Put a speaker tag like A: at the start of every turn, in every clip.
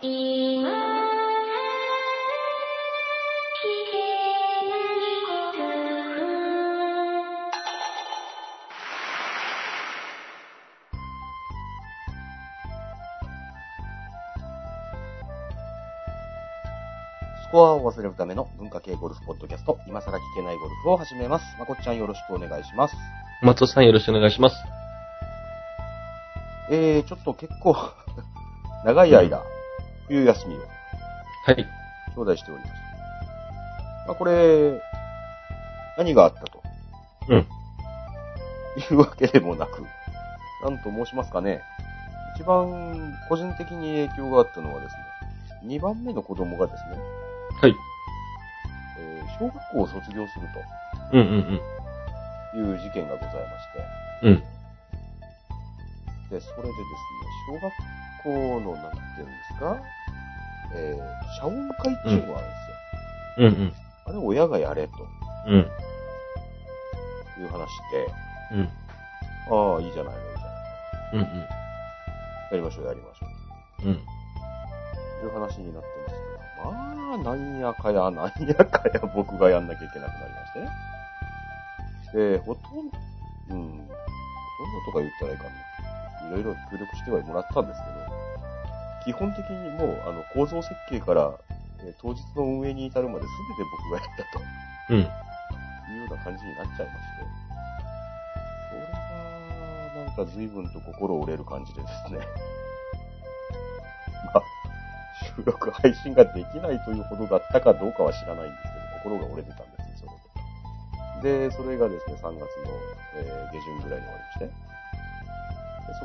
A: 今は聞けないこと
B: スコアを忘れるための文化系ゴルフポッドキャスト、今更聞けないゴルフを始めます。まこっちゃんよろしくお願いします。
C: 松尾さんよろしくお願いします。
B: えー、ちょっと結構、 長い間、冬休みを
C: はい。
B: 頂戴しております。まあ、これ、何があったと。
C: うん。
B: いうわけでもなく、なんと申しますかね、一番個人的に影響があったのはですね、2番目の子供がですね、
C: はい。
B: えー小学校を卒業する
C: うんうん
B: という事件がございまして、
C: うん。うん。
B: で、それでですね、小学校の、なんていうんですか、えー、謝恩会っていうのがあるんですよ。
C: うん
B: あれ、親がやれと
C: うん。うん。
B: いう話で、
C: うん。
B: ああ、いいじゃないの、いいじゃない
C: うん
B: の。やりましょう、やりましょう。
C: うん。うん。
B: という話になってましたが、まあ、なんやかや、なんやかや、僕がやんなきゃいけなくなりましてね。で、ほとんど、うん、ほとんどとか言ったらいいかな。いろいろ協力してはもらったんですけど、基本的にもう、あの、構造設計から、えー当日の運営に至るまで全て僕がやったと。
C: うん。
B: いうような感じになっちゃいまして、これは、なんか随分と心折れる感じでですね、まあ、収録配信ができないというほどだったかどうかは知らないんですけど、心が折れてたんですよ、それで。で、それがですね、3月の、えー下旬ぐらいに終わりまして、で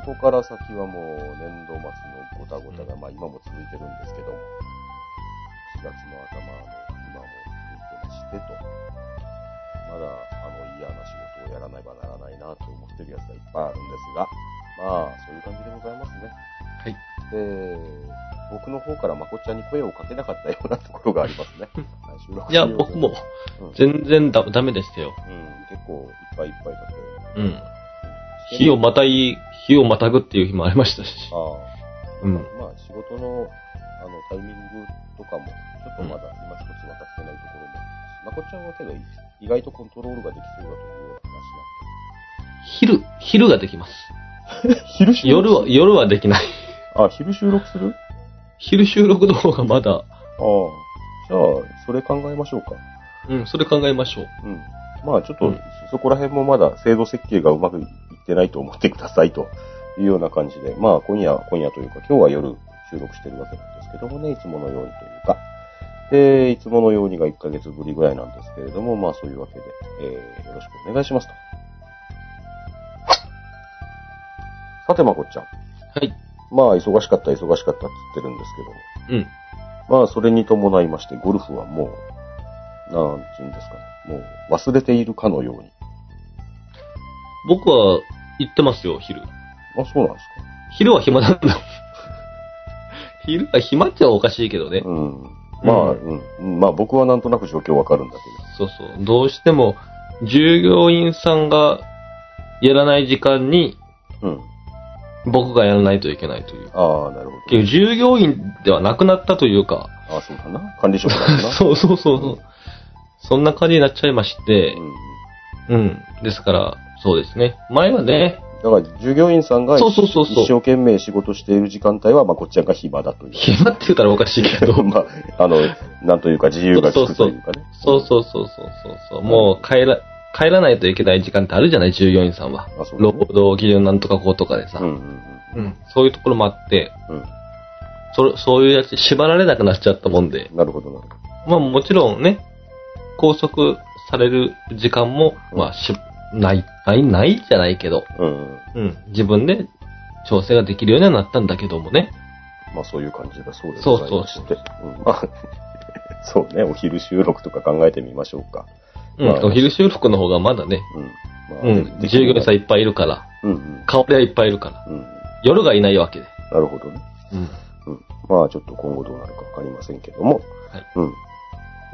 B: そこから先はもう年度末のごたごたが、まあ今も続いてるんですけども、4月の頭の今も続いてましてと、まだあの嫌な仕事をやらないばならないなと思ってるやつがいっぱいあるんですが、まあそういう感じでございますね。
C: はい。
B: で、僕の方からまこっちゃんに声をかけなかったようなところがあり ますね。はい収録
C: いや、
B: 終了
C: 僕も
B: うん、うん、
C: 全然だダメでしたよ。
B: 結構いっぱいいっぱいだったよね
C: うん。日をまたい、日をまたぐっていう日もありましたし。
B: ああ
C: うん。
B: まあ、仕事のあのタイミングとかも、ちょっとまだ今一つ分かってないところもあるし、まこっちゃんは手がいい意外とコントロールができそうだというような
C: 昼、昼ができます。
B: 話なんで。昼収
C: 夜は、夜はできない。
B: あ、昼収録する
C: 昼収録の方がまだ、
B: ああ。じゃあ、それ考えましょうか。
C: うん、それ考えましょう。
B: うん。まあ、ちょっと、
C: うん
B: そこら辺もまだ制度設計がうまくいってないと思ってくださいというような感じで、まあ、今夜、今夜というか、今日は夜収録してるわけなんですけどもね、いつものようにというか。で、いつものようにが1ヶ月ぶりぐらいなんですけれども、まあ、そういうわけで、えー、よろしくお願いしますと。さて、まこっちゃん。
C: はい。
B: まあ、忙しかった、忙しかったって言ってるんですけども。
C: うん。
B: まあ、それに伴いまして、ゴルフはもう、なんて言うんですかね、もう忘れているかのように。
C: 僕は行ってますよ、昼。
B: あ、そうなんです
C: 昼は暇なんだ。 昼は暇ってはおかしいけどね
B: か。。うん。まあ、
C: う
B: うん、うんまあ僕はなんとなく状況わかるんだけ
C: そうそう。どうしても、従業員さんがやらない時間に
B: ど。うん。
C: 僕がやらないといけないという。
B: ああ、なるほ
C: 結局従業員ではなくなったというか、
B: ど。あそうかな。管理職だかな。
C: そうそうそうそう。そんな感じになっちゃいまして
B: う、ん。
C: うん。ですから、そうですね。前はね、
B: だから、従業員さんが
C: そうそうそうそう
B: 一生懸命仕事している時間帯は、まあ、こっちゃんが暇だという。
C: 暇って言ったらおかしいけ ど、
B: まあ、あの、なんというか自由が利くというかね。
C: そうそうそうそうそうそう。もう帰ら、帰らないといけない時間ってあるじゃない、従業員さんは。
B: あそうだ
C: 労
B: ね
C: 働基準なんとかこうとかでさ、
B: うんうん
C: うん。そういうところもあって、
B: うん。
C: それそういうやつ、縛られなくなっちゃったもんで、
B: うん。なるほど、なるほど。
C: まあもちろんね、拘束される時間も、
B: うん
C: まあし、ない、ない、ないじゃないけど、
B: うん。
C: うん、自分で調整ができるようにはなったんだけどもね。
B: まあそういう感じだそうです
C: そうそう
B: 知って。うんまあ、 そうね、お昼収録とか考えてみましょうか。
C: うん、
B: まあ
C: お昼収録の方がまだね、
B: うん。ま
C: う
B: あ
C: ん、
B: でき
C: 従
B: れ
C: 業
B: ば
C: 員さんいっぱいいるから、
B: うんうん。
C: 香りはいっぱいいるから、
B: うん。
C: 夜がいないわけで。
B: なるほどね。
C: うん。
B: うん。まあちょっと今後どうなるかわかりませんけども。
C: はい。
B: うん。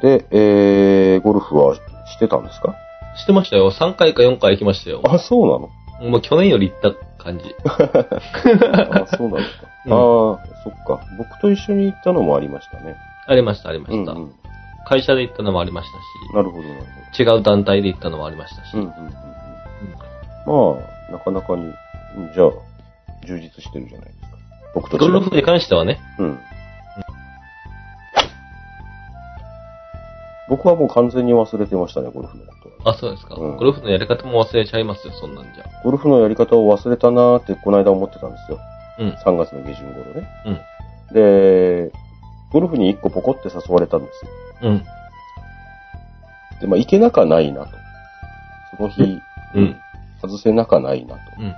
B: で、えー、ゴルフはしてたんですか
C: してましたよ。3回か4回行きましたよ。
B: あ、そうなの
C: もう去年より行った感じ。
B: あそうなんですか。
C: うん
B: ああ、そっか。僕と一緒に行ったのもありましたね。
C: ありました、ありま
B: う
C: し
B: ん、う
C: た。
B: ん。
C: 会社で行ったのもありまし
B: なるほど、なる
C: たし、違う団体で行ったのもありましたし。
B: ほど。うん、うん、うん。まあ、なかなかに、うんじゃあ、充実してるじゃないですか。僕と
C: ゴル
B: 違
C: フ
B: う。
C: に関してはね、
B: うん。僕はもう完全に忘れてましたね、ゴルフのことは。
C: あ、そうですか。
B: うん
C: ゴルフのやり方も忘れちゃいますよ、そんなんじゃ。
B: ゴルフのやり方を忘れたなーって、この間思ってたんですよ。
C: うん
B: 3月の下旬頃ね。で、ゴルフに1個ポコって誘われたんですよ。
C: うん。うん。
B: で、まあ、行けなかないなと。その日、
C: うん。
B: 外せなかないなと。
C: うん。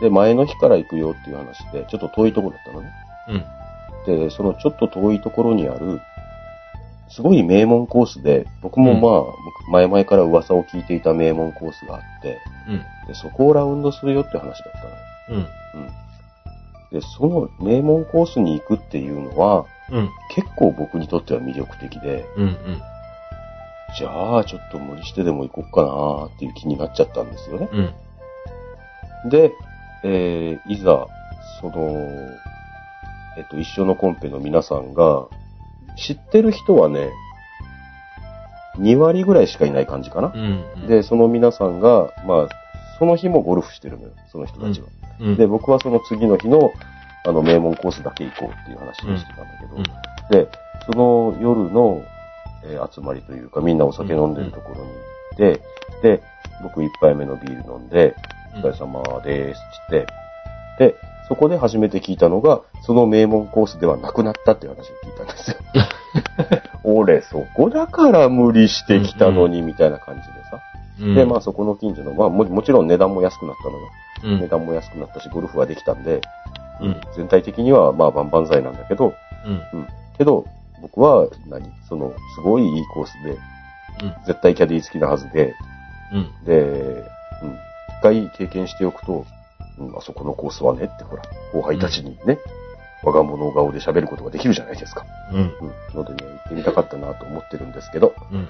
B: で、前の日から行くよっていう話で、ちょっと遠いところだったのね。
C: うん。
B: で、そのちょっと遠いところにある、すごい名門コースで、僕もまあ、僕前々から噂を聞いていた名門コースがあって、
C: うん。
B: で、そこをラウンドするよって話だったのよ。
C: うん。
B: で、その名門コースに行くっていうのは、
C: うん。
B: 結構僕にとっては魅力的で、
C: うん。うん。
B: じゃあちょっと無理してでも行こっかなーっていう気になっちゃったんですよね。
C: うん。
B: で、えーいざ、その、えっと、一緒のコンペの皆さんが、知ってる人はね、2割ぐらいしかいない感じかな
C: う。ん。
B: で、その皆さんが、まあ、その日もゴルフしてるのよ、その人たちは。
C: うん、
B: で、僕はその次の日の、あの、名門コースだけ行こうっていう話をしてたんだけど、
C: うん。
B: で、その夜の、えー集まりというか、みんなお酒飲んでるところに行って、で、僕一杯目のビール飲んで、お疲れ様ですってって、で、そこで初めて聞いたのが、その名門コースではなくなったっていう話を聞いたんです よ。俺、そこだから無理してきたのに、みたいな感じでさ。
C: うん。
B: で、まあそこの近所の、まあももちろん値段も安くなったのよ。
C: うん、うん。
B: 値段も安くなったし、ゴルフはできたんで、
C: うん。
B: 全体的にはまあ万々歳なんだけど、
C: うん。
B: けど、僕は何、その、すごいいいコースで、絶対キャディー付きなはずで、
C: うん。
B: で、うん、一回経験しておくと、うん、あそこのコースはねって、ほら、後輩たちにね、我が物顔で喋ることができるじゃないですか。
C: うん。
B: うん、のでね、行ってみたかったなと思ってるんですけど、
C: うん。
B: うん、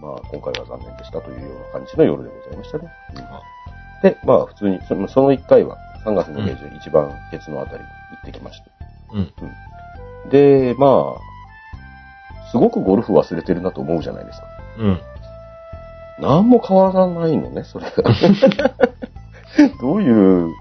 B: まあ、今回は残念でしたというような感じの夜でございましたね。うん、で、まあ、普通に、そのその1回は、3月の下旬、一番ケツのあたりに行ってきました。
C: うん。
B: で、まあ、すごくゴルフ忘れてるなと思うじゃないですか。
C: うん。
B: 何も変わらないのね、それ が。どういう、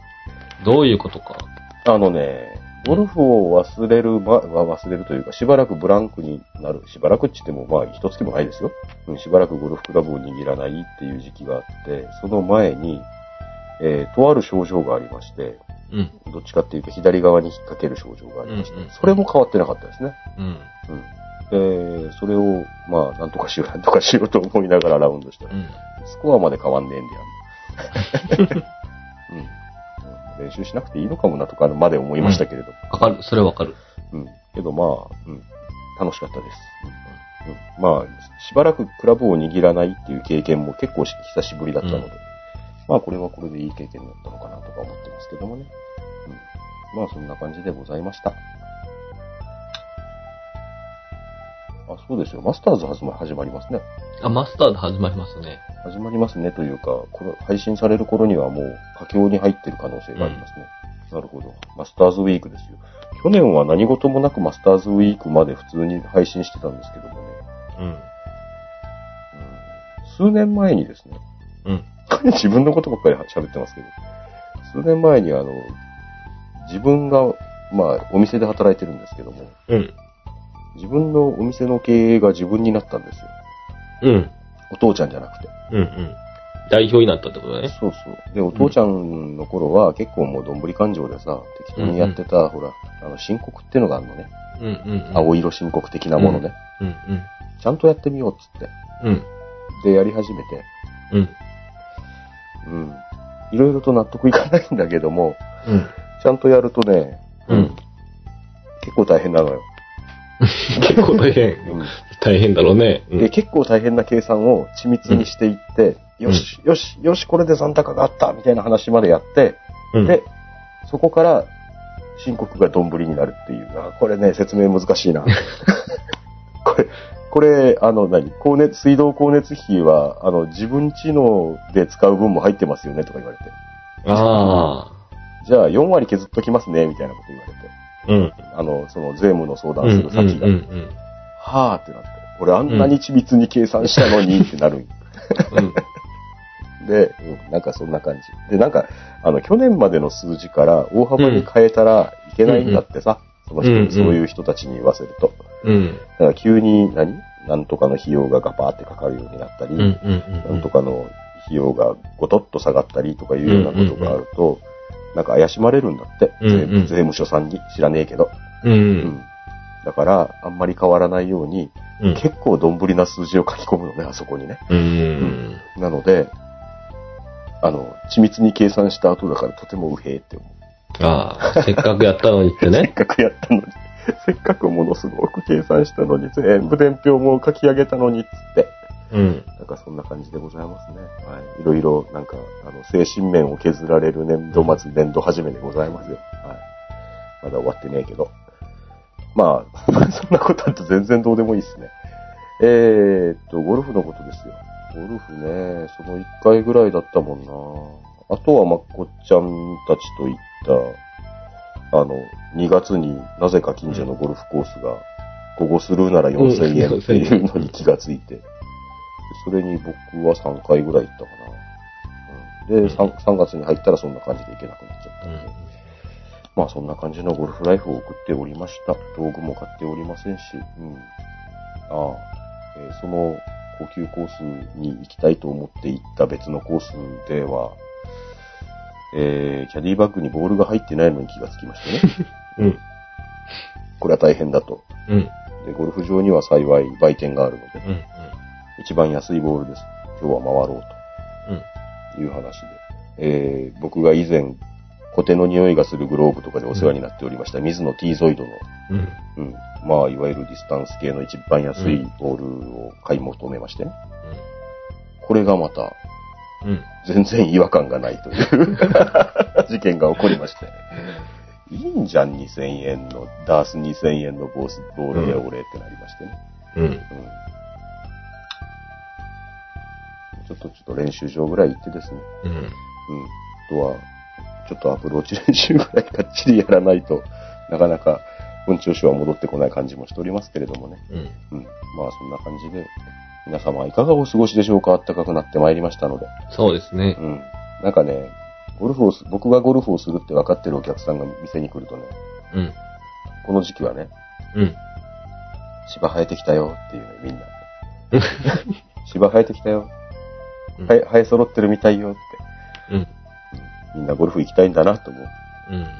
C: どういうことか。
B: あのね、ゴルフを忘れる、ま、は忘れるというか、しばらくブランクになる。しばらくって言っても、まあ、一月もないですよ。うんしばらくゴルフクラブを握らないっていう時期があって、その前に、えーとある症状がありまして、
C: うん。
B: どっちかっていうと左側に引っ掛ける症状がありまして、
C: うんうん
B: それも変わってなかったですね。
C: うん。
B: で、それを、まあ、なんとかしよう、なんとかしようと思いながらラウンドした
C: う。ん。
B: スコアまで変わんねえんだよ。うん。練習しなくていいのかもなとかまで思いましたけれども。
C: わかる。それわかる。
B: うん。けどまあ、うん。楽しかったです。うん。まあ、しばらくクラブを握らないっていう経験も結構し久しぶりだったので、
C: うん
B: まあ、これはこれでいい経験だったのかなとか思ってますけどもね。うん。まあ、そんな感じでございました。あ、そうですよ。マスターズ始ま始まりますね。
C: あ、マスターで始まりますね。
B: 始まりますねというか、これ配信される頃にはもう佳境に入ってる可能性がありますね。なるほど。マスターズウィークですよ。去年は何事もなくマスターズウィークまで普通に配信してたんですけどもね。
C: うん。
B: うん数年前にですね、
C: うん。
B: 自分のことばっかり喋ってますけど、数年前にあの、自分が、まあ、お店で働いてるんですけども、
C: うん。
B: 自分のお店の経営が自分になったんですよ。
C: うん。
B: お父ちゃんじゃなくて。
C: うん。うん。代表になったってことね。
B: そうそう。で、お父ちゃんの頃は結構もうどんぶり勘定でさ、適当にやってた、ほら、あの、申告ってのがあるのね。
C: うん。うん。
B: 青色申告的なものね。
C: うん。
B: ちゃんとやってみようっつって。
C: うん。うん。
B: で、やり始めて、
C: うん。
B: うん。いろいろと納得いかないんだけども、
C: うん。
B: ちゃんとやるとね、
C: うん。
B: 結構大変なのよ。
C: 結構大変。大変だろうね。う
B: で、
C: ん。
B: 結構大変な計算を緻密にしていって、よし、よし、よし、これで残高があったみたいな話までやって、
C: うん
B: で、そこから、申告がどんぶりになるっていう。あこれね、説明難 しいな。これ、これ、あの、何光熱、水道光熱費は、あの、自分知能で使う分も入ってますよねとか言われて。
C: ああ。
B: じゃあ4割削っときますね、みたいなこと言われて。
C: うん。
B: あの、その税務の相
C: う
B: 談する
C: ん
B: 先が、
C: うん
B: はぁってなって、俺あんなに緻密に計算したのにってなるん
C: うんうん。
B: で、うん、なんかそんな感じ。で、なんか、あの、去年までの数字から大幅に変えたらいけないんだってさ、その人、
C: うんうん
B: そういう人たちに言わせると。
C: うん。
B: だから急に何、なんとかの費用がガパーってかかるようになったり、
C: うんうんう
B: なん
C: ん
B: と。かの費用がごとっと下がったりとかいうようなことがあると、なんか怪しまれるんだって、
C: うんうん
B: 税税務署さんに知らねえけど。
C: うん
B: う。だから、あんまり変わらないように、
C: うん
B: 結構どんぶりな数字を書き込むのね、あそこにね。
C: うん。
B: なので、あの、緻密に計算した後だからとても右平って思う。
C: ああ、せっかくやったのにって
B: せっ
C: ね。
B: かくやったのに、せっかくものすごく計算したのに、全部伝票も書き上げたのにっつって。
C: うん。
B: なんかそんな感じでございますね。はい。いろいろ、なんか、あの、精神面を削られる年度末、年度初めでございますよ。はい。まだ終わってねえけど。まあ、 そんなことあと全然どうでもいいですね。えーっと、ゴルフのことですよ。ゴルフね、その1回ぐらいだったもんな。あとはまっこっちゃんたちと行った、あの、2月になぜか近所のゴルフコースが、ここするなら4000円っていうのに気がついて。それに僕は3回ぐらい行ったかな。うんで、3, 3月に入ったらそんな感じで行けなくなっちゃったんで、まあそんな感じのゴルフライフを送っておりました。道具も買っておりませんし、うん。ああ、えーその高級コースに行きたいと思って行った別のコースでは、えーキャディバッグにボールが入ってないのに気がつきま してね。
C: うん。
B: これは大変だと。
C: うん。
B: で、ゴルフ場には幸い売店があるので、
C: うん。
B: 一番安いボールです。今日は回ろうと。
C: うん。
B: いう話で、えー僕が以前、コテの匂いがするグローブとかでお世話になっておりました、水野 T ゾイドの、
C: うん。
B: うん、まあ、いわゆるディスタンス系の一番安いボールを買い求めましてね。これがまた、
C: うん。
B: 全然違和感がないという 事件が起こりまして。いいんじゃん、2000円の、ダース2000円のボースボールで俺ってなりましてね。
C: うん。
B: うんちょっとちょっと練習場ぐらい行ってですね。
C: うん。
B: うん。あとは、ちょっとアプローチ練習ぐらいがっちりやらないとなかなか運調子は戻ってこない感じもしておりますけれどもね。
C: うん。
B: うん。まあそんな感じで、皆様いかがお過ごしでしょうか暖かくなってまいりましたので。
C: そうですね
B: う。ん。なんかね、ゴルフをす、僕がゴルフをするって分かってるお客さんが店に来るとね、
C: うん。
B: この時期はね、
C: うん。
B: 芝生えてきたよっていうね、みんな。芝生えてきたよ。は
C: う
B: い、生え揃ってるみたいよって。
C: ん。
B: みんなゴルフ行きたいんだなと思う。
C: うん。
B: ゴル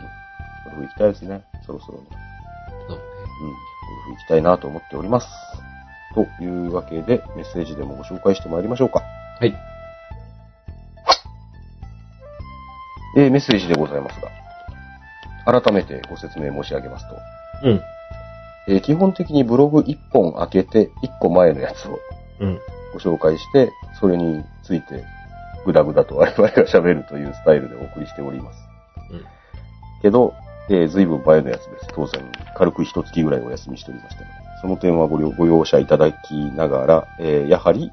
B: フ行きたいですね。そろそろね。
C: そ
B: うん。ゴ
C: うね。
B: ルフ行きたいなと思っております。というわけで、メッセージでもご紹介してまいりましょうか。
C: はい。
B: えーメッセージでございますが、改めてご説明申し上げますと、
C: うん。
B: えー基本的にブログ1本開けて、1個前のやつを
C: うん。
B: ご紹介して、それについて、ぐだぐだと我々が喋るというスタイルでお送りしております。
C: うん。
B: けど、えー、随分前のやつです。当然、軽く一月ぐらいお休みしておりましたので。その点はご了ご容赦いただきながら、えーやはり、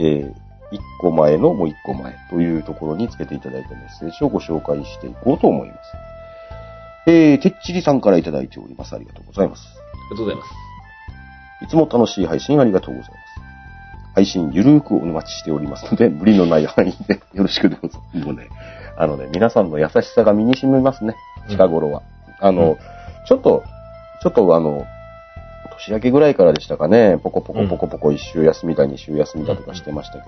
B: えー一個前のもう一個前というところにつけていただいたメッセージをご紹介していこうと思います。えー、てっちりさんからいただいております。ありがとうございます。
C: ありがとうございます。
B: いつも楽しい配信ありがとうございます。配信ゆるーくお待ちしておりますので、無理のない範囲で よろしくどうぞ。もうね、あのね、皆さんの優しさが身に染みますね、近頃は。あの、
C: うん
B: ちょっと、ちょっとあの、年明けぐらいからでしたかね、ポコポコポコポコ一週休みだ、二週休みだとかしてましたけど、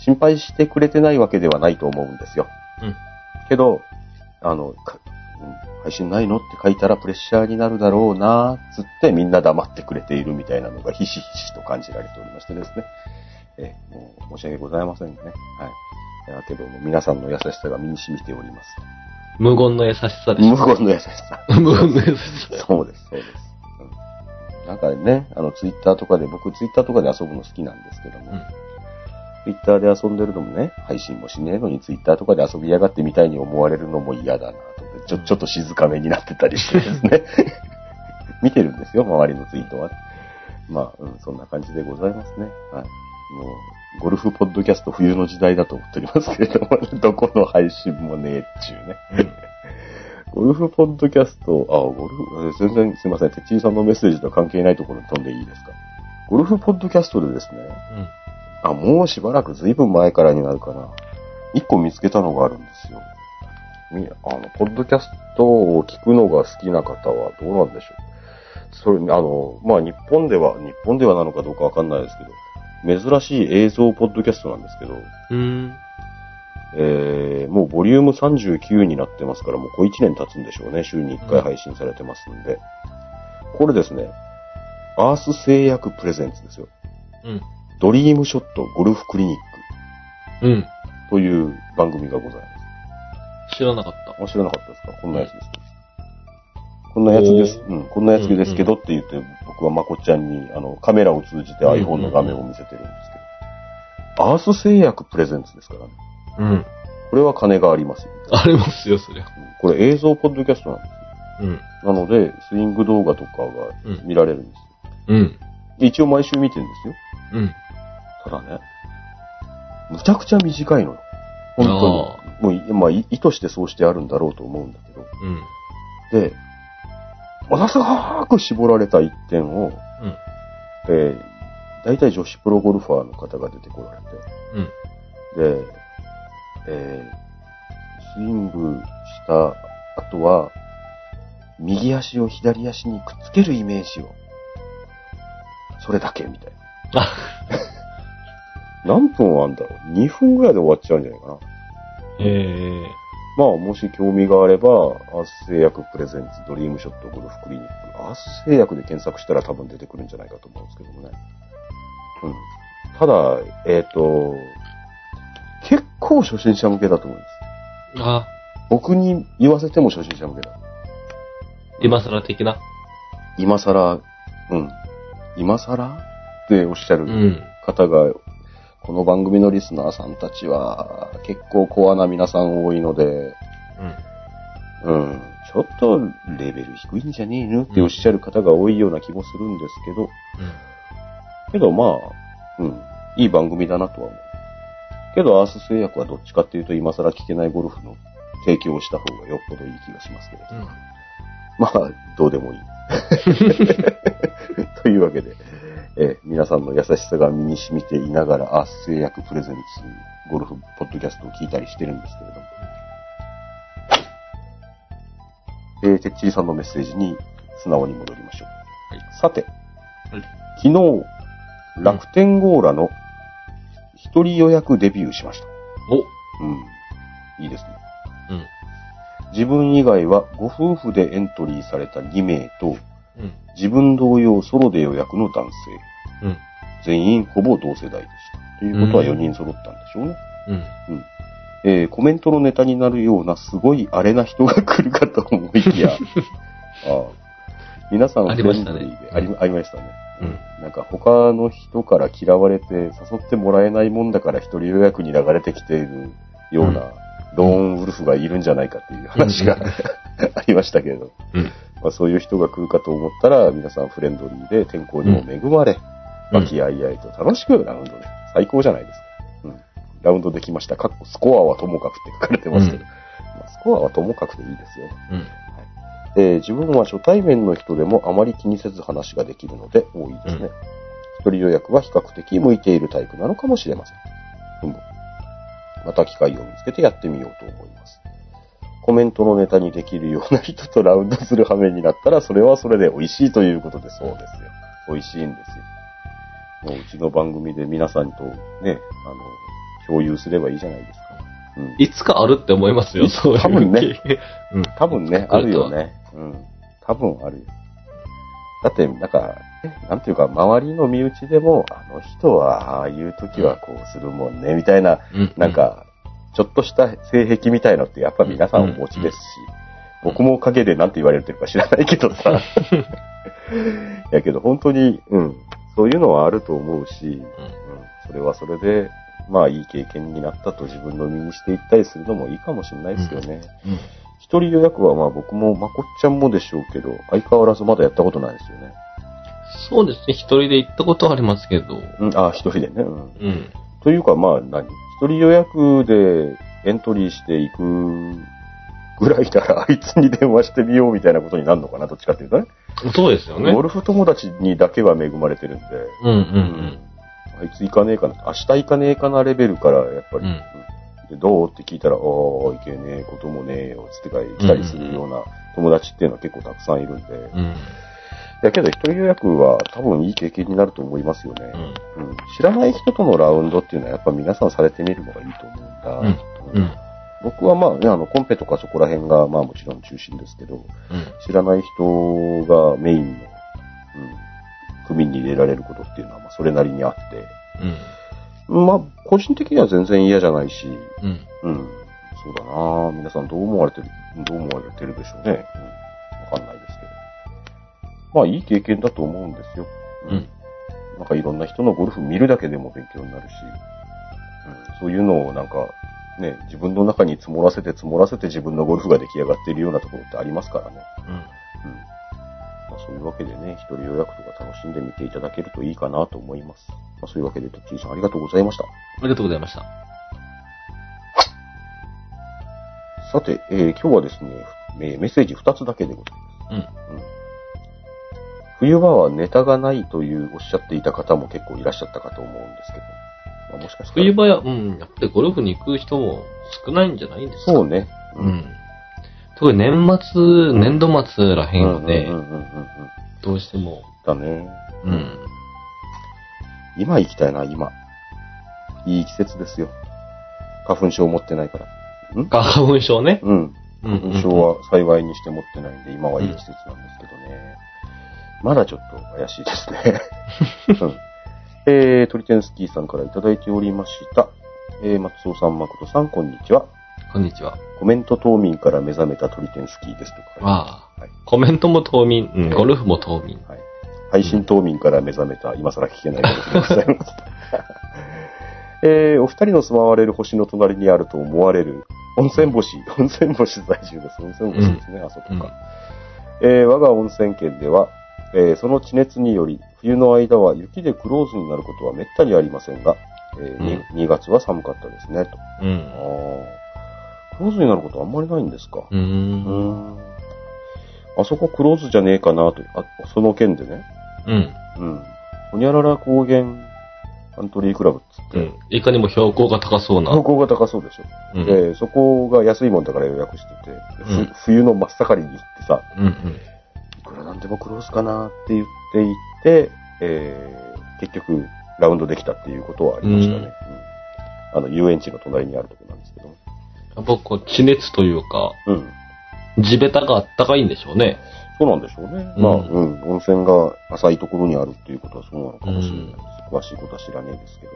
B: 心配してくれてないわけではないと思うんですよ。
C: うん
B: けど、あの、かうん配信ないのって書いたらプレッシャーになるだろうな、つってみんな黙ってくれているみたいなのがひしひしと感じられておりましてですね。えー、もう申し訳ございませんね。はい。いやけども、皆さんの優しさが身に染みております。
C: 無言の優しさで
B: 無
C: し
B: 言の優しさ。
C: た。無言の優しさ。
B: そうです、そうです。うん、なんかね、あの、ツイッターとかで、僕ツイッターとかで遊ぶの好きなんですけども、
C: うん
B: ツイッターで遊んでるのもね、配信もしねえのにツイッターとかで遊びやがってみたいに思われるのも嫌だなと思ってちょ、ちょっと静かめになってたりしてですね。 見てるんですよ、周りのツイートはね。まあ、うん、そんな感じでございますね。はい。もう、ゴルフポッドキャスト冬の時代だと思っておりますけれども、 どこの配信もねえっちゅうね。ゴルフポッドキャスト、あ、ゴルフ、え全然すいません。てっちーさんのメッセージと関係ないところに飛んでいいですか。ゴルフポッドキャストでですね、
C: うん。
B: あ、もうしばらくずいぶん前からになるかな。一個見つけたのがあるんですよ。み、あの、ポッドキャストを聞くのが好きな方はどうなんでしょう。それ、あの、まあ、日本では、日本ではなのかどうかわかんないですけど、珍しい映像ポッドキャストなんですけど、
C: うん。
B: えー、もうボリューム39になってますから、もう小1年経つんでしょうね。週に1回配信されてますんで。これですね、アース製薬プレゼンツですよ。
C: うん。
B: ドリームショットゴルフクリニック。
C: うん。
B: という番組がございま
C: 知らなかった
B: す。。面白なかったですかこんなやつです。こんなやつです。うん、こんなやつですけどって言って、僕はまこちゃんに、あの、カメラを通じて
C: うんうんうん
B: iPhone の画面を見せてるんですけど。アース製薬プレゼンツですからね。
C: うん。
B: これは金がありますよ。
C: ありますよ、そりゃ。
B: これ映像ポッドキャストなんで
C: うん。
B: す。なので、スイング動画とかが見られるんですよ。
C: うん。
B: で一応毎週見てるんですよ。
C: うん。
B: ただね、むちゃくちゃ短いのよ。本当に。もうい、まあ、い意図してそうしてあるんだろうと思うんだけど。
C: うん。
B: で、ものすごく絞られた一点を、
C: うん
B: えー、大体女子プロゴルファーの方が出てこられて、
C: うん。
B: で、えー、スイングした後は、右足を左足にくっつけるイメージを、それだけみたい
C: あ、
B: な。何分あんだろう ?2 分ぐらいで終わっちゃうんじゃないかな。
C: ええ
B: まあ、もし興味があれば、アース製薬プレゼンツドリームショットゴルフクリニック、アース製薬で検索したら多分出てくるんじゃないかと思うんですけどもね。うん。ただ、えっ、と、結構初心者向けだと思います。
C: あ、
B: 僕に言わせても初心者向けだ。
C: 今更的な。
B: 今更、うん。今更っておっしゃる
C: うん。
B: 方が、この番組のリスナーさんたちは、結構コアな皆さん多いので、うん、ちょっとレベル低いんじゃねえのっておっしゃる方が多いような気もするんですけど、けどまあ、うん、いい番組だなとは思う。けど、アース製薬はどっちかっていうと、今更聞けないゴルフの提供をした方がよっぽどいい気がしますけれど。
C: うん。うん。
B: まあ、どうでもいい。 というわけで、えー皆さんの優しさが身に染みていながら、アース製薬プレゼンツ、ゴルフ、ポッドキャストを聞いたりしてるんですけれども。えー、てっちりさんのメッセージに素直に戻りましょう。
C: はい
B: さて、
C: はい
B: 昨日、楽天ゴーラの一人予約デビューしました。
C: お、
B: うん。いいですね。
C: うん。
B: 自分以外はご夫婦でエントリーされた2名と、
C: うん。
B: 自分同様ソロで予約の男性、
C: うん。
B: 全員ほぼ同世代でした。ということは
C: うん
B: 4人揃ったんでしょうね。
C: うん。
B: えーコメントのネタになるようなすごいアレな人が来るかと思い きや、ああ皆さん
C: ありましたね
B: フレンドリーでありありましたね。
C: うん。
B: なんか他の人から嫌われて誘ってもらえないもんだから一人予約に流れてきているようなローンウルフがいるんじゃないかっていう話が、
C: うん
B: ありましたけれど、
C: うん
B: まあ、そういう人が来るかと思ったら皆さんフレンドリーで天候にも恵まれ、和気あいあいと楽しくラウンドで最高じゃないですか。うん、ラウンドできました。かっこスコアはともかくって書かれてますけど、
C: う
B: まあスコアはともかくでいいですよ。
C: うん。
B: えー自分は初対面の人でもあまり気にせず話ができるので多いですね。一人予約は比較的向いているタイプなのかもしれません。ふむまた機会を見つけてやってみようと思います。コメントのネタにできるような人とラウンドする羽目になったら、それはそれで美味しいということでそうですよ。美味しいんですよ。もううちの番組で皆さんとね、あの、共有すればいいじゃないですか。うん。
C: いつかあるって思いますよ、そういう
B: 多分ね
C: 経験。うん。
B: 多分ね、あ
C: 来
B: る
C: るとは
B: よね。うん。多分あるよ。だって、なんか、ねなんていうか、周りの身内でも、あの人は、ああいう時はこうするもんね、みたいな、
C: うん。
B: なんか、ちょっとした性癖みたいのって、やっぱ皆さんお持ちですし、
C: うん
B: 僕も陰でなんて言われてるか知らないけど さ。やけど、本当に、うん、そういうのはあると思うし、うん、それはそれで、まあ、いい経験になったと自分の身にしていったりするのもいいかもしれないですよね。
C: うん。うん。
B: 一人予約はまあ僕もまこっちゃんもでしょうけど、相変わらずまだやったことないですよね。
C: そうですね、一人で行ったことはありますけど。
B: うん、あ、一人でね。うん。
C: うん。
B: というかまあ何一人予約でエントリーしていくぐらいならあいつに電話してみようみたいなことになるのかな、どっちかっていうとね。
C: そうですよね。
B: ゴルフ友達にだけは恵まれてるんで、
C: うんうん
B: あいつ行かねえかな、明日行かねえかなレベルからやっぱ
C: うん。う
B: り、
C: ん。
B: でどうって聞いたら、ああ、行けねえこともねえよ、つってか来たりするような友達っていうのは結構たくさんいるんで、
C: うん。
B: だけど一人予約は多分いい経験になると思いますよね。
C: うん。
B: うん、知らない人とのラウンドっていうのはやっぱ皆さんされてみるのがいいと思うんだ。
C: うん。
B: 僕はまあ、ね、あの、コンペとかそこら辺がまあもちろん中心ですけど、
C: うん。
B: 知らない人がメインの、うん、組に入れられることっていうのはまあそれなりにあって、
C: うん。
B: まあ、個人的には全然嫌じゃないし、
C: うん。
B: うん、そうだな皆さんどう思われてる、どう思われてるでしょうね。うん、わかんないですけど。まあ、いい経験だと思うんですよ。
C: うん。
B: なんかいろんな人のゴルフ見るだけでも勉強になるし、うん、そういうのをなんか、ね、自分の中に積もらせて積もらせて自分のゴルフが出来上がっているようなところってありますからね。うん。まあそういうわけでね、一人予約とか楽しんでみていただけるといいかなと思います。まあそういうわけで、とっちーさんありがとうございました。
C: ありがとうございました。
B: さて、えー今日はですね、えーメッセージ2つだけでございます。
C: うん。
B: 冬場はネタがないというおっしゃっていた方も結構いらっしゃったかと思うんですけど、まあ、もしかしたら。
C: 冬場や、うん、やっぱりゴルフに行く人も少ないんじゃないんですか
B: そうね。
C: うん。特に年末、年度末らへんは
B: うんうん
C: ね、
B: うんうんうん。
C: どうしても、
B: だね。
C: うん。
B: 今行きたいな、今。いい季節ですよ。花粉症持ってないから。
C: 花粉症ね。
B: うん。
C: うんうん
B: 花粉症は幸いにして持ってないんで、今はいい季節なんですけどね。まだちょっと怪しいですね。 うん、えー、トリテンスキーさんからいただいておりました。えー、松尾さん、誠さん、こんにちは。
C: こんにちは。
B: コメント冬眠から目覚めたトリテンスキーですとか。
C: ああ
B: はい。
C: コメントも冬眠、うん、ゴルフも冬眠。
B: はい。配信冬眠から目覚めた、今更聞けないことでございます。 えー、お二人の住まわれる星の隣にあると思われる、温泉星、温泉星在住です。温泉星ですね、あそこか。えー、我が温泉県では、えーその地熱により、冬の間は雪でクローズになることはめったにありませんが、えーに2月は寒かったですね、と。
C: う
B: あ
C: ん。
B: ークローズになることあんまりないんですか。
C: うーん。
B: あそこクローズじゃねえかなと、あその件でね、
C: うん。
B: うん。ほにゃらら高原カントリークラブっつって、
C: うん。いかにも標高が高そうな。
B: 標高が高そうでしょ。
C: うん。うん。
B: で、そこが安いもんだから予約してて、ふ
C: うん
B: 冬の真っ盛りに行ってさ、
C: うん。
B: いくらなんでもクローズかなって言って行って、えー結局、ラウンドできたっていうことはありましたね。
C: うん
B: うんあの、遊園地の隣にあるとこなんですけど。
C: やっぱこう、地熱というか、
B: うん。
C: 地べたがあったかいんでしょうね。
B: そうなんでしょうね。
C: うん
B: まあ、うん、温泉が浅いところにあるっていうことはそうなのかもしれないです。詳しいことは知らねえですけど。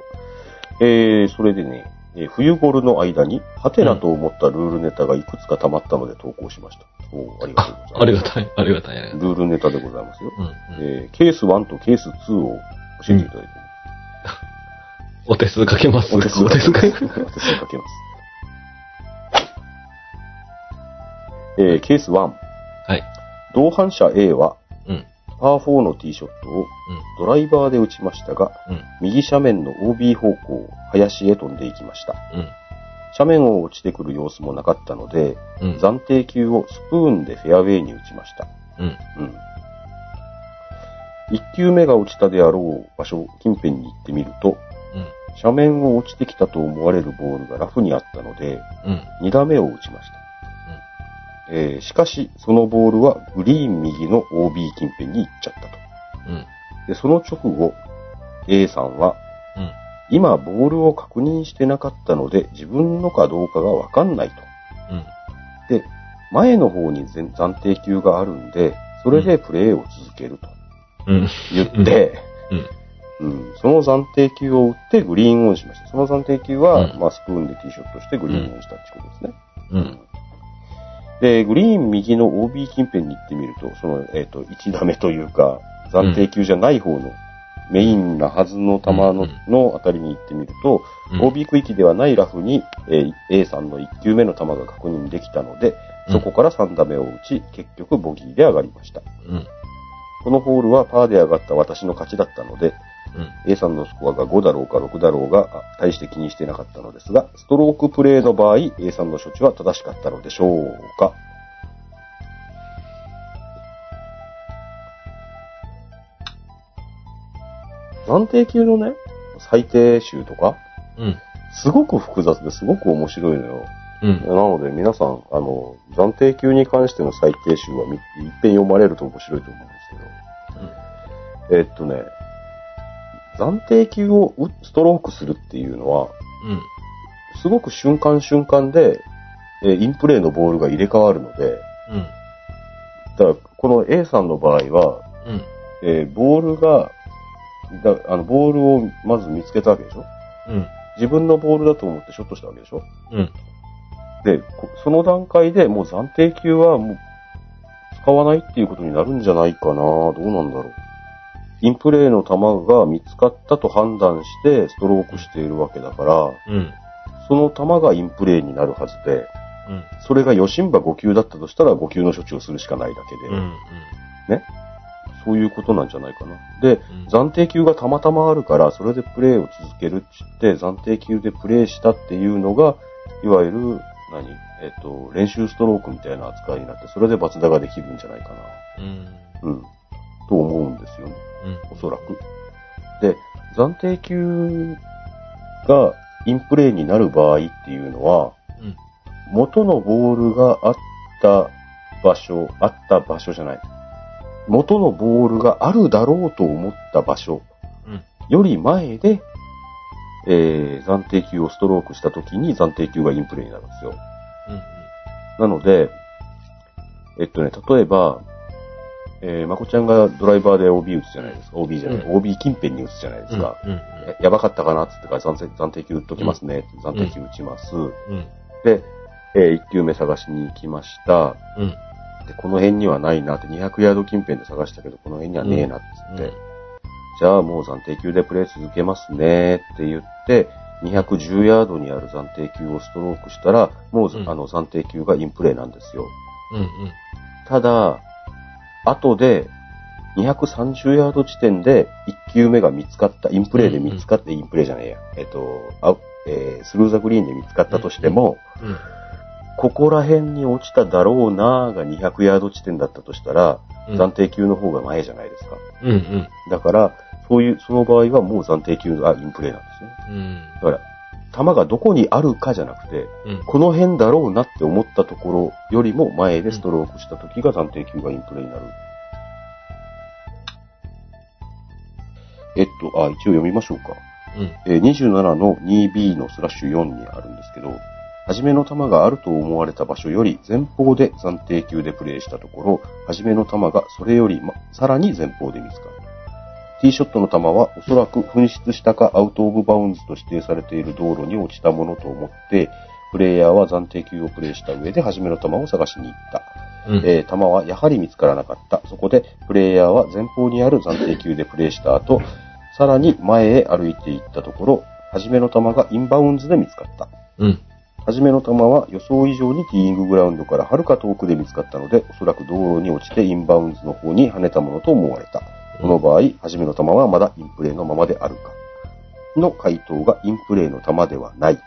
B: えー、それでね、えー冬ゴルの間に、ハテナと思ったルールネタがいくつか溜まったので投稿しました。おーありがとう
C: あ、あ
B: ござ
C: り
B: いま
C: がたい、ありがたいね
B: す。。ルールネタでございますよ。
C: うん。うん
B: えー、ケース1とケース2を教えていただいて、
C: お手数かけます。
B: お手数
C: お
B: か
C: 手
B: け
C: 数
B: ま
C: か
B: す
C: けます。。
B: お手数かけます。えー、ケース1。
C: はい。
B: 同伴者 A は、
C: うん。
B: パー4のティーショットをドライバーで打ちましたが、
C: うん。うん。
B: 右斜面の OB 方向、林へ飛んでいきました。
C: うん。
B: 斜面を落ちてくる様子もなかったので、
C: うん。
B: 暫定球をスプーンでフェアウェイに打ちました。
C: うん。
B: うん。1球目が落ちたであろう場所近辺に行ってみると、
C: うん。
B: 斜面を落ちてきたと思われるボールがラフにあったので、
C: うん。
B: 2打目を打ちました。えーしかし、そのボールはグリーン右の OB 近辺に行っちゃったと。
C: うん。
B: で、その直後、A さんは、
C: うん。
B: 今、ボールを確認してなかったので、自分のかどうかがわかんないと。
C: うん。
B: で、前の方に前暫定球があるんで、それでプレーを続けると
C: うん。
B: 言って、
C: う
B: う
C: ん。
B: ん、その暫定球を打ってグリーンオンしました。その暫定球は、
C: うん
B: まあ、スプーンでティーショットしてグリーンオンしたってことですね。
C: うん。
B: で、グリーン右の OB 近辺に行ってみると、その、えっ、と、1打目というか、暫定球じゃない方の、メインなはずの球の,、
C: うん
B: のあたりに行ってみると、
C: うん
B: OB 区域ではないラフに、えー A さんの1球目の球が確認できたので、そこから3打目を打ち、結局ボギーで上がりました。
C: うん。
B: このホールはパーで上がった私の勝ちだったので、 A さんのスコアが5だろうか6だろうが、あ大して気にしてなかったのですが、ストロークプレイの場合、A さんの処置は正しかったのでしょうか暫定級のね、最低集とか、
C: うん。うん。
B: すごく複雑ですごく面白いのよ。
C: うん。
B: なので皆さん、あの、暫定級に関しての最低集は見いっぺん読まれると面白いと思うんですけど、えっとね、暫定球を打ストロークするっていうのは、
C: うん。
B: すごく瞬間瞬間で、えーインプレーのボールが入れ替わるので、
C: うん。
B: だからこの A さんの場合は、
C: うん。
B: えーボールがだあの、ボールをまず見つけたわけでしょ
C: うん。
B: 自分のボールだと思ってショットしたわけでしょ
C: うん。
B: で、こその段階でもう暫定球はもう使わないっていうことになるんじゃないかなどうなんだろう。インプレーの球が見つかったと判断してストロークしているわけだから、
C: うん。
B: その球がインプレーになるはずで、
C: うん。
B: それが余震場5球だったとしたら5球の処置をするしかないだけで、
C: うん。
B: そういうことなんじゃないかな。で、
C: うん。
B: 暫定球がたまたまあるから、それでプレーを続けるって言って、暫定球でプレーしたっていうのが、いわゆる、何えっと、練習ストロークみたいな扱いになって、それで罰打ができるんじゃないか
C: うん。
B: な。うん。と思うんですよね。
C: うん。
B: おそらく。で、暫定球がインプレーになる場合っていうのは、
C: うん。
B: 元のボールがあった場所、あった場所じゃない。元のボールがあるだろうと思った場所
C: うん。
B: より前で、えー、暫定球をストロークした時に暫定球がインプレーになるんですよ。
C: うん。
B: なので、えっとね、例えば、えー、まこちゃんがドライバーで OB 打つじゃないですか。OB じゃない、
C: う
B: OB 近辺に打つじゃないですか。
C: うん。
B: えやばかったかなって言ってから暫定暫定球打っときますね。暫定球打ちます。
C: うん。
B: で、え1球目探しに行きました。
C: うん。
B: で、この辺にはないなって、200ヤード近辺で探したけど、この辺にはねえなって言って、
C: うん
B: じゃあもう暫定球でプレー続けますねって言って、210ヤードにある暫定球をストロークしたら、もう、
C: うん
B: あの暫定球がインプレーなんですよ。
C: うん。
B: ただ、後で、230ヤード地点で1球目が見つかった、インプレーで見つかって、インプレーじゃねえや、えっと、あえースルーザグリーンで見つかったとしても、
C: うん。
B: ここら辺に落ちただろうなーが200ヤード地点だったとしたら、
C: うん。
B: 暫定球の方が前じゃないですか。
C: うん。うん。
B: だから、そういう、その場合はもう暫定球がインプレーなんですね。
C: うん。
B: だから、球がどこにあるかじゃなくて、
C: うん。
B: この辺だろうなって思ったところよりも前でストロークした時が暫定球がインプレーになる。えっと、あ、一応読みましょうか。
C: うん。
B: えー27の 2B のスラッシュ4にあるんですけど、初めの球があると思われた場所より前方で暫定球でプレーしたところ、初めの球がそれより、ま、さらに前方で見つかる。ティーショットの球はおそらく紛失したかアウトオブバウンズと指定されている道路に落ちたものと思って、プレイヤーは暫定球をプレイした上で初めの球を探しに行った。
C: うん。
B: えー球はやはり見つからなかった。そこで、プレイヤーは前方にある暫定球でプレーした後、さらに前へ歩いていったところ、初めの球がインバウンズで見つかった。
C: うん。
B: 初めの球は予想以上にティーインググラウンドからはるか遠くで見つかったので、おそらく道路に落ちてインバウンズの方に跳ねたものと思われた。この場合、初めの球はまだインプレーのままであるか。の回答がインプレーの球ではない。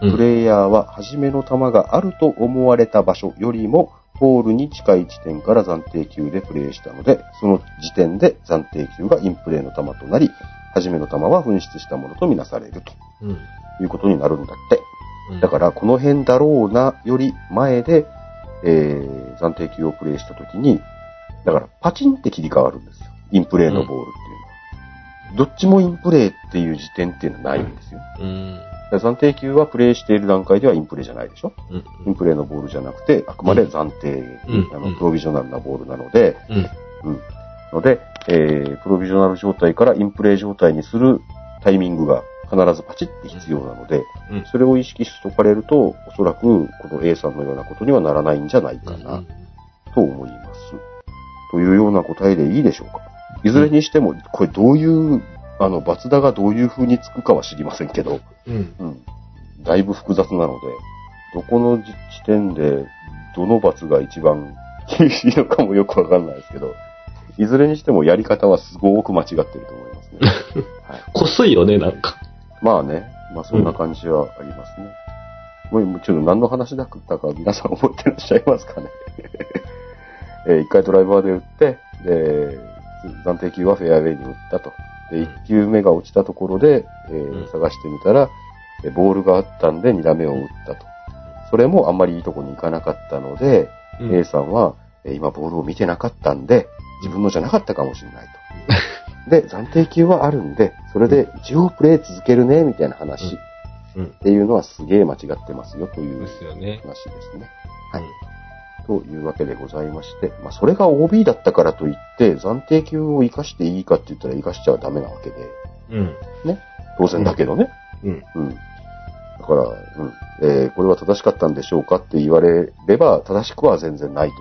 B: プレイヤーは初めの球があると思われた場所よりも、ホールに近い地点から暫定球でプレーしたので、その時点で暫定球がインプレーの球となり、初めの球は紛失したものとみなされると
C: うん。
B: いうことになるんだって。
C: うん。
B: だから、この辺だろうなより前で、えー、暫定球をプレイしたときに、だから、パチンって切り替わるんですよ。インプレーのボールっていうのは。どっちもインプレーっていう時点っていうのはないんですよ。
C: うん。
B: だから暫定球はプレイしている段階ではインプレーじゃないでしょ
C: うん。
B: インプレーのボールじゃなくて、あくまで暫定、
C: うん
B: あ
C: う
B: の
C: ん
B: プロビジョナルなボールなので、
C: うん。
B: うん。ので、えー、プロビジョナル状態からインプレー状態にするタイミングが必ずパチッて必要なので、
C: うん。
B: それを意識しとかれると、おそらくこの A さんのようなことにはならないんじゃないかな、と思います。というような答えでいいでしょうか。いずれにしても、これどういう、あの、罰打がどういう風につくかは知りませんけど、
C: うん。
B: うん、だいぶ複雑なので、どこの時点で、どの罰が一番厳しいのかもよくわかんないですけど、いずれにしてもやり方はすごく間違ってると思います。ですね。はい。
C: こすいよね、なんか。
B: まあね、まあそんな感じはありますね。もうちょっと何の話だったか皆さん思ってらっしゃいますかね。 えー一回ドライバーで打って、で、暫定球はフェアウェイに打ったと。で、1球目が落ちたところで、えー
C: うん
B: 探してみたら、えーボールがあったんで2打目を打ったと。それもあんまりいいとこに行かなかったので、
C: う
B: A
C: ん。
B: さんは、えー今ボールを見てなかったんで、自分のじゃなかったかもしれない と。で、暫定球はあるんで、それで一応プレイ続けるね、みたいな話っ
C: うんうん
B: ていうのはすげえ間違ってますよという
C: ですよね。
B: 話ですね。
C: はい。
B: というわけでございまして、まあ、それが OB だったからといって、暫定球を生かしていいかって言ったら生かしちゃダメなわけで、
C: うん。
B: 当然だけどね。
C: うん。
B: うん。だから、うん。えーこれは正しかったんでしょうかって言われれば、正しくは全然ないと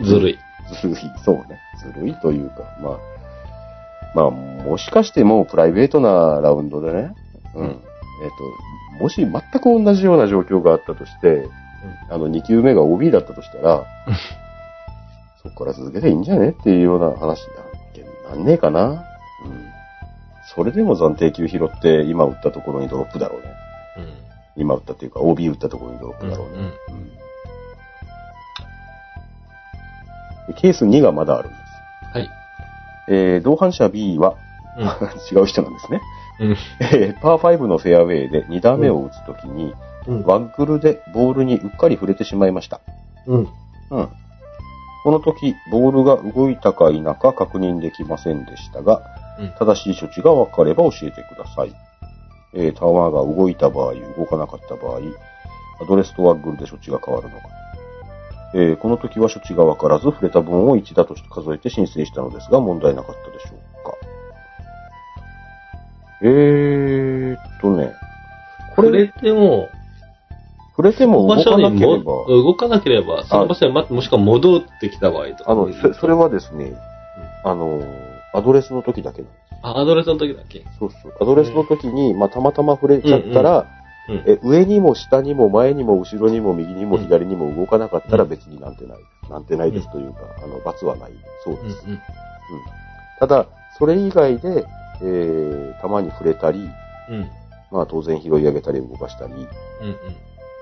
B: 思うんです。
C: ずるい。
B: ずるい、そうね。ずるいというか、まあ、まあ、もしかしてもうプライベートなラウンドでね、うん。
C: うん
B: えっ、と、もし全く同じような状況があったとして、あの、2球目が OB だったとした ら、そこから続けていいんじゃねっていうような話なんなんねえかな。うん。それでも暫定球拾って、今打ったところにドロップだろうね。今打ったっていうか、OB 打ったところにドロッ
C: う
B: プ
C: ん。
B: だろうね。
C: うん。
B: でケース2がまだあるんです。
C: はい。
B: えー、同伴者 B は、 違う人なんですね。
C: うん。
B: えーパー5のフェアウェイで2打目を打つときに、
C: うん。
B: ワッグルでボールにうっかり触れてしまいました。
C: うん。
B: うん。この時、ボールが動いたか否か確認できませんでしたが、
C: うん
B: 正しい処置が分かれば教えてください。えータワーが動いた場合、動かなかった場合、アドレスとワッグルで処置が変わるのか。えーこの時は処置が分からず、触れた分を1だとして数えて申請したのですが、問題なかったでしょうか。えーっとね、こ
C: こ
B: れ、
C: れでも、
B: 触れて
C: その
B: も
C: 場
B: 動
C: 所
B: かな
C: に
B: けれ
C: も
B: ば、
C: 動かなければ、その場所にまもしくは戻ってきた場合とか。
B: あの、そそれはですね、あの、アドレスの時だけなんです。
C: あアドレスの時だっけ
B: そうそう。アドレスの時に、まあ、たまたま触れちゃったら、
C: うん。
B: え、上にも下にも前にも後ろにも右にも
C: うん
B: 左にも動かなかったら
C: うん
B: 別になんてない。なんてないですというか、あの、罰はない。そう
C: う
B: で
C: ん
B: す。ただ、それ以外で、えー、球に触れたり、
C: うん。うん。
B: まあ当然拾い上げたり動かしたり、
C: うん。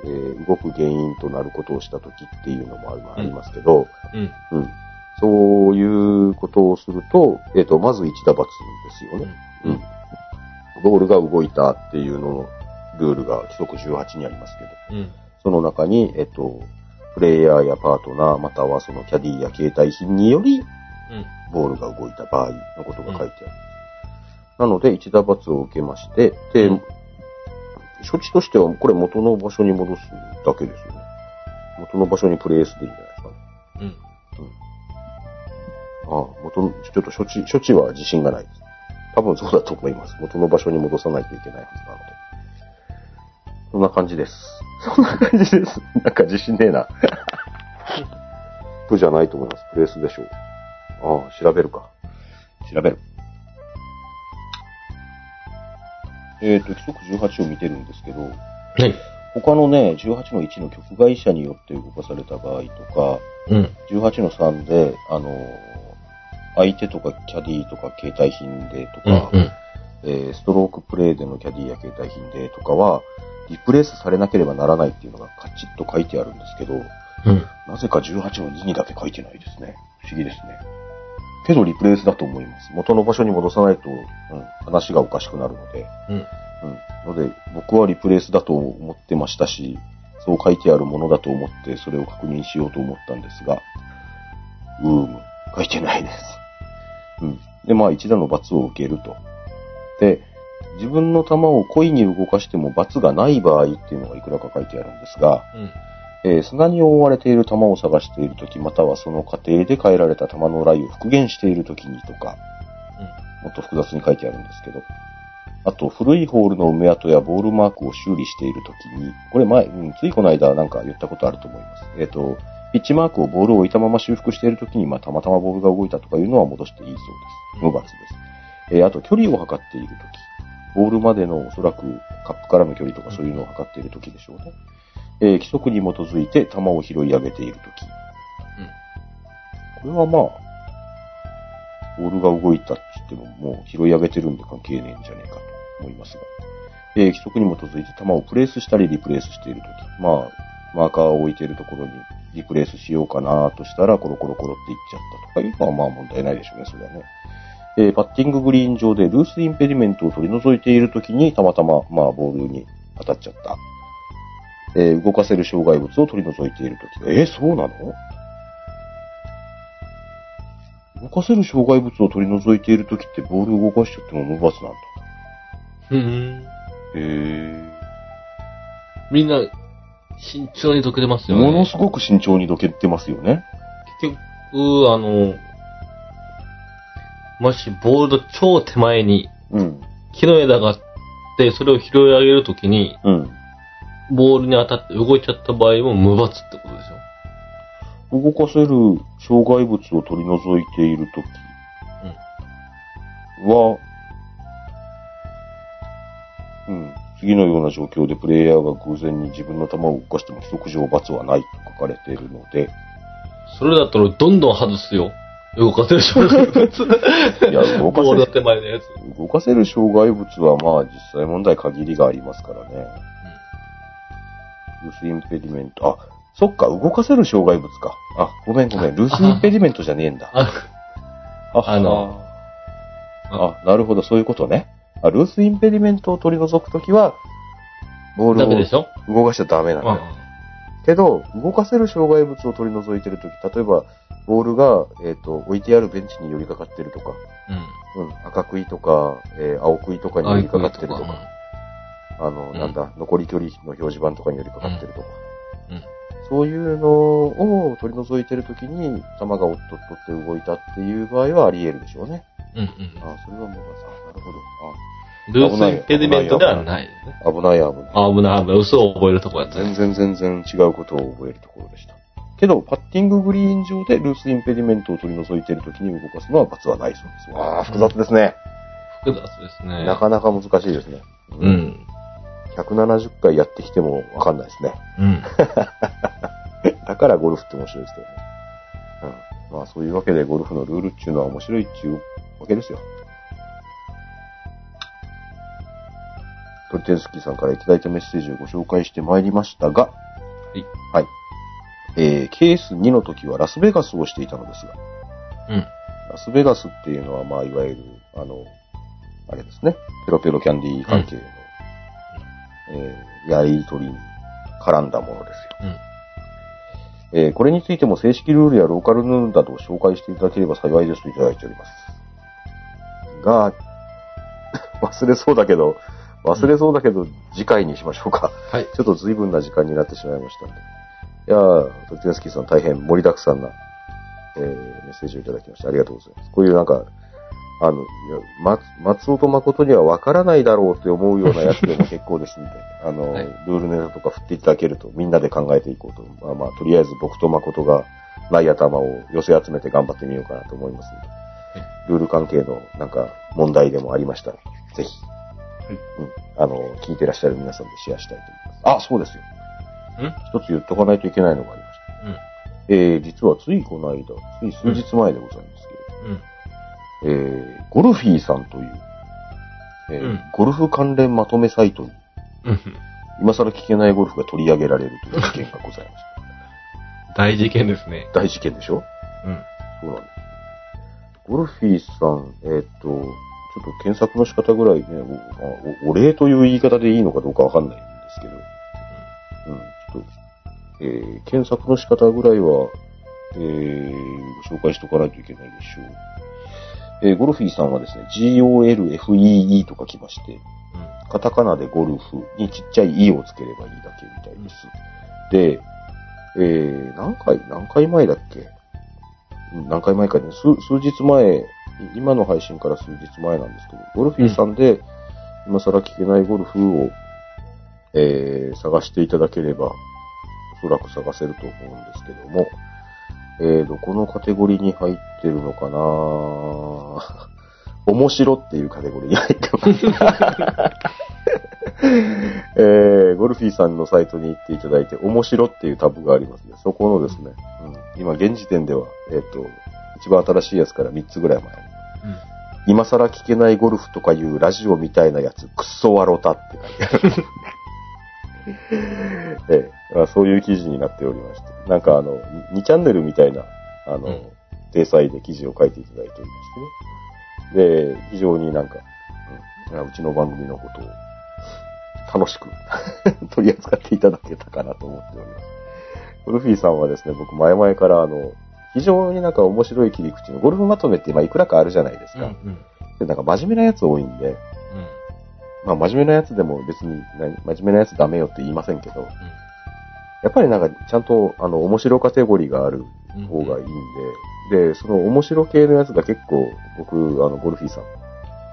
B: えー動く原因となることをした時っていうのもありありますけど、
C: うん。
B: うん。そういうことをすると、えっ、と、まず一打罰ですよね。うん。ボールが動いたっていうののルールが規則18にありますけど、
C: うん。
B: その中に、えっ、と、プレイヤーやパートナー、またはそのキャディや携帯品により、
C: うん。
B: ボールが動いた場合のことが書いてある。なので、一打罰を受けまして、で、
C: うん
B: 処置としては、これ元の場所に戻すだけですよね。元の場所にプレイスでいいんじゃないですか。
C: うん。
B: ああ、元の、ちょっと処置、処置は自信がないです。多分そうだと思います。元の場所に戻さないといけないはずなので。そんな感じです。そんな感じです。なんか自信ねえ な。プじゃないと思います。プレースでしょう。ああ、調べるか。調べる。えっ、と、規則18を見てるんですけど、
C: はい。
B: 他のね、18の1の局外者によって動かされた場合とか、
C: うん。
B: 18の3で、あのー、相手とかキャディーとか携帯品でとか、
C: うん。
B: えーストロークプレイでのキャディーや携帯品でとかは、リプレイスされなければならないっていうのがカチッと書いてあるんですけど、
C: うん。
B: なぜか18の2にだけ書いてないですね。不思議ですね。けどリプレイスだと思います。元の場所に戻さないと、うん、話がおかしくなるので、
C: うん。
B: うん。ので、僕はリプレイスだと思ってましたし、そう書いてあるものだと思って、それを確認しようと思ったんですが、うーむ、書いてないです。うん。で、まあ、一打の罰を受けると。で、自分の球を故意に動かしても罰がない場合っていうのがいくらか書いてあるんですが、
C: うん。
B: えー砂に覆われている球を探しているとき、またはその過程で変えられた球のラインを復元しているときにとか、もっと複雑に書いてあるんですけど、あと、古いホールの埋め跡やボールマークを修理しているときに、これ前、うん、ついこの間なんか言ったことあると思います。えっ、と、ピッチマークをボールを置いたまま修復しているときに、まあ、たまたまボールが動いたとかいうのは戻していいそうです。無罰です。えーあと、距離を測っているとき、ボールまでのおそらくカップからの距離とかそういうのを測っているときでしょうね。えー規則に基づいて球を拾い上げているとき。これはまあ、ボールが動いたって言っても、もう拾い上げてるんで関係ねえんじゃねえかと思いますが、えー規則に基づいて球をプレースしたりリプレースしているとき、まあ、マーカーを置いているところにリプレースしようかなとしたら、コロコロコロっていっちゃったとかいうのはまあ問題ないでしょうね、それはね。えーパッティンググリーン上でルースインペディメントを取り除いているときに、たまたま、まあ、ボールに当たっちゃった。えー動かせる障害物を取り除いているとき。えーそうなの動かせる障害物を取り除いているときってボールを動かしちゃっても無罰なんだ。
C: うん。
B: へー。
C: みんな、慎重に解けてますよね。
B: ものすごく慎重にどけてますよね。
C: 結局、あの、もしボールの超手前に
B: うん。
C: 木の枝があって、それを拾い上げるときに、
B: うん。
C: ボールに当たって動いちゃった場合も無罰ってことでしょ。
B: 動かせる障害物を取り除いているときは、うん、次のような状況でプレイヤーが偶然に自分の球を動かしても規則上罰はないと書かれているので、
C: それだったらどんどん外すよ。動かせ る障害物。
B: いや動かせる
C: ボールの手前のやつ。
B: 動かせる障害物はまあ実際問題限りがありますからね。ルースインペディメント、あ、そっか、動かせる障害物か。あ、ごめんごめん、ルースインペディメントじゃねえんだ。
C: あ、
B: あ
C: あの
B: あ、なるほど、そういうことね。あ、ルースインペディメントを取り除くときは、ボール
C: ダメで
B: を
C: しょ
B: 動かしちゃダメなんだよ。
C: う
B: けど、動かせる障害物を取り除いてるとき、例えば、ボールが、えっ、と、置いてあるベンチに寄りかかってるとか、
C: ん。うん
B: うん、赤食いとか、えー青食いとかに寄りかかってるとか、あの、
C: うん
B: なんだ、残り距離の表示板とかに寄りかかってるとか、
C: うんうん
B: そういうのを取り除いてるときに、球がおっとっとって動いたっていう場合はあり得るでしょうね。
C: うんうん
B: あ、それはもうさ、なるほど。
C: うん。ルースインペディメントではない。
B: あ、危ない危ない。
C: あ危ない危ない。嘘を覚えるとこやったね。
B: 全然全然違うことを覚えるところでした。けど、パッティンググリーン上でルースインペディメントを取り除いているときに動かすのは罰はないそうです。わあ、複雑ですね。
C: 複雑ですね。
B: なかなか難しいですね。
C: う。ん。
B: 170回やってきてもわかんないですね。
C: うん。
B: だからゴルフって面白いですけどね。うん。まあそういうわけでゴルフのルールっていうのは面白いっていうわけですよ。トリテンスキーさんからいただいたメッセージをご紹介してまいりましたが、
C: い
B: はい。えー、ケース2の時はラスベガスをしていたのですが、
C: うん。
B: ラスベガスっていうのは、まあ、いわゆる、あの、あれですね、ペロペロキャンディー関係の、えーやりとりに絡んだものですよ。
C: うん。
B: えーこれについても正式ルールやローカルルールなどを紹介していただければ幸いですといただいております。が、 忘れそうだけど、忘れそうだけど、次回にしましょうか。
C: はい。
B: ちょっと随分な時間になってしまいましたんで。いやー、トリテンスキーさん大変盛りだくさんな、えーメッセージをいただきましてありがとうございます。こういうなんか、あの、いや松松尾と誠にはわからないだろうって思うようなやつでも結構ですので、 あの、
C: はい
B: ルールネタとか振っていただけるとみんなで考えていこうと。まあまあ、とりあえず僕と誠がない頭を寄せ集めて頑張ってみようかなと思いますので、ルール関係のなんか問題でもありましたら、ぜひうんあの、聞いてらっしゃる皆さんでシェアしたいと思います。あ、そうですよ。一つ言っとかないといけないのがありました。
C: うん。
B: えー、実はついこの間、つい数日前でございます
C: う
B: けれ
C: ん。
B: ど、えー、ゴルフィーさんという、えー
C: うん
B: ゴルフ関連まとめサイトに、
C: うん。
B: 今更聞けないゴルフが取り上げられるという事件が ございまし
C: 大事件ですね。
B: た。大事件でしょ
C: うん。
B: そうなんです。ゴルフィーさん、えーっと、ちょっと検索の仕方ぐらいね、おあおお礼という言い方でいいのかどうかわかんないんですけど、うん、ちょっと、えー、検索の仕方ぐらいは、えー、ご紹介しとかないといけないでしょう。えー、ゴルフィーさんはですね、GOLFEE と書きまして、カタカナでゴルフにちっちゃい E をつければいいだけみたいです。で、えー、何回、何回前だっけうん何回前かね、数数日前、い今の配信から数日前なんですけど、ゴルフィーさんで、今更聞けないゴルフを、えー、探していただければ、おそらく探せると思うんですけども、えー、どこのカテゴリーに入ってるのかな面白っていうカテゴリーに入って ます。 えー、ゴルフィーさんのサイトに行っていただいて、面白っていうタブがありますね。そこのですね、うん、今現時点では、えっ、と、一番新しいやつから3つぐらい前今更聞けないゴルフとかいうラジオみたいなやつ、クソワロタって書いてある。 ええ、まあそういう記事になっておりまして、なんかあの、2チャンネルみたいな、あの、
C: うん
B: 体裁で記事を書いていただいておりましてね。で、非常になんか、うん、うちの番組のことを楽しく 取り扱っていただけたかなと思っております。ゴルフィーさんはですね、僕前々からあの、非常になんか面白い切り口のゴルフまとめって今いくらかあるじゃないです
C: うん。う
B: か。
C: ん。うん。
B: で、なんか真面目なやつ多いんで、まあ真面目なやつでも別に何真面目なやつダメよって言いませんけど、やっぱりなんかちゃんとあの面白カテゴリーがある
C: うん。
B: 方がいいんで、で、その面白系のやつが結構僕、あの、ゴルフィーさん、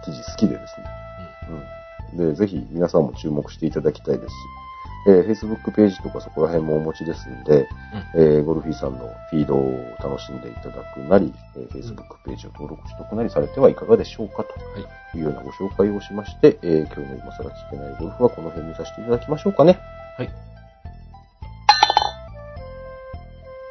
B: 記事好きでですね。うん。で、ぜひ皆さんも注目していただきたいですし、えー Facebook ページとかそこら辺もお持ちですんで、えーゴルフィーさんのフィードを楽しんでいただくなり、えー Facebook ページを登録しておくなりされてはいかがでしょうかというようなご紹介をしまして、えー今日の今更聞けないゴルフはこの辺にさせていただきましょうかね。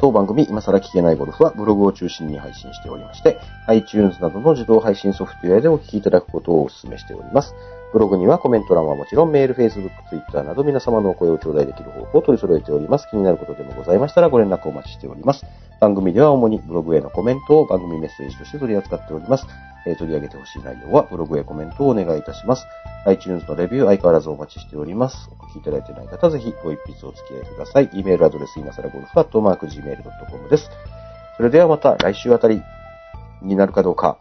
B: 当番組、今更聞けないゴルフはブログを中心に配信しておりまして、iTunes などの自動配信ソフトウェアでお聞きいただくことをお勧めしております。ブログにはコメント欄はもちろんメール、Facebook、Twitter など皆様のお声を頂戴できる方法を取り揃えております。気になることでもございましたらご連絡お待ちしております。番組では主にブログへのコメントを番組メッセージとして取り扱っております。えー取り上げてほしい内容はブログへコメントをお願いいたします。iTunes のレビュー相変わらずお待ちしております。お聞きいただいてない方、ぜひご一筆お付き合いください。e メールアドレス、今更ゴルフアットマーク Gmail.com です。それではまた来週あたりになるかどうか、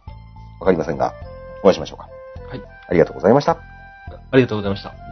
B: わかりませんが、お会いしましょうか。
C: はい。
B: ありがとうございました。
C: ありがとうございました。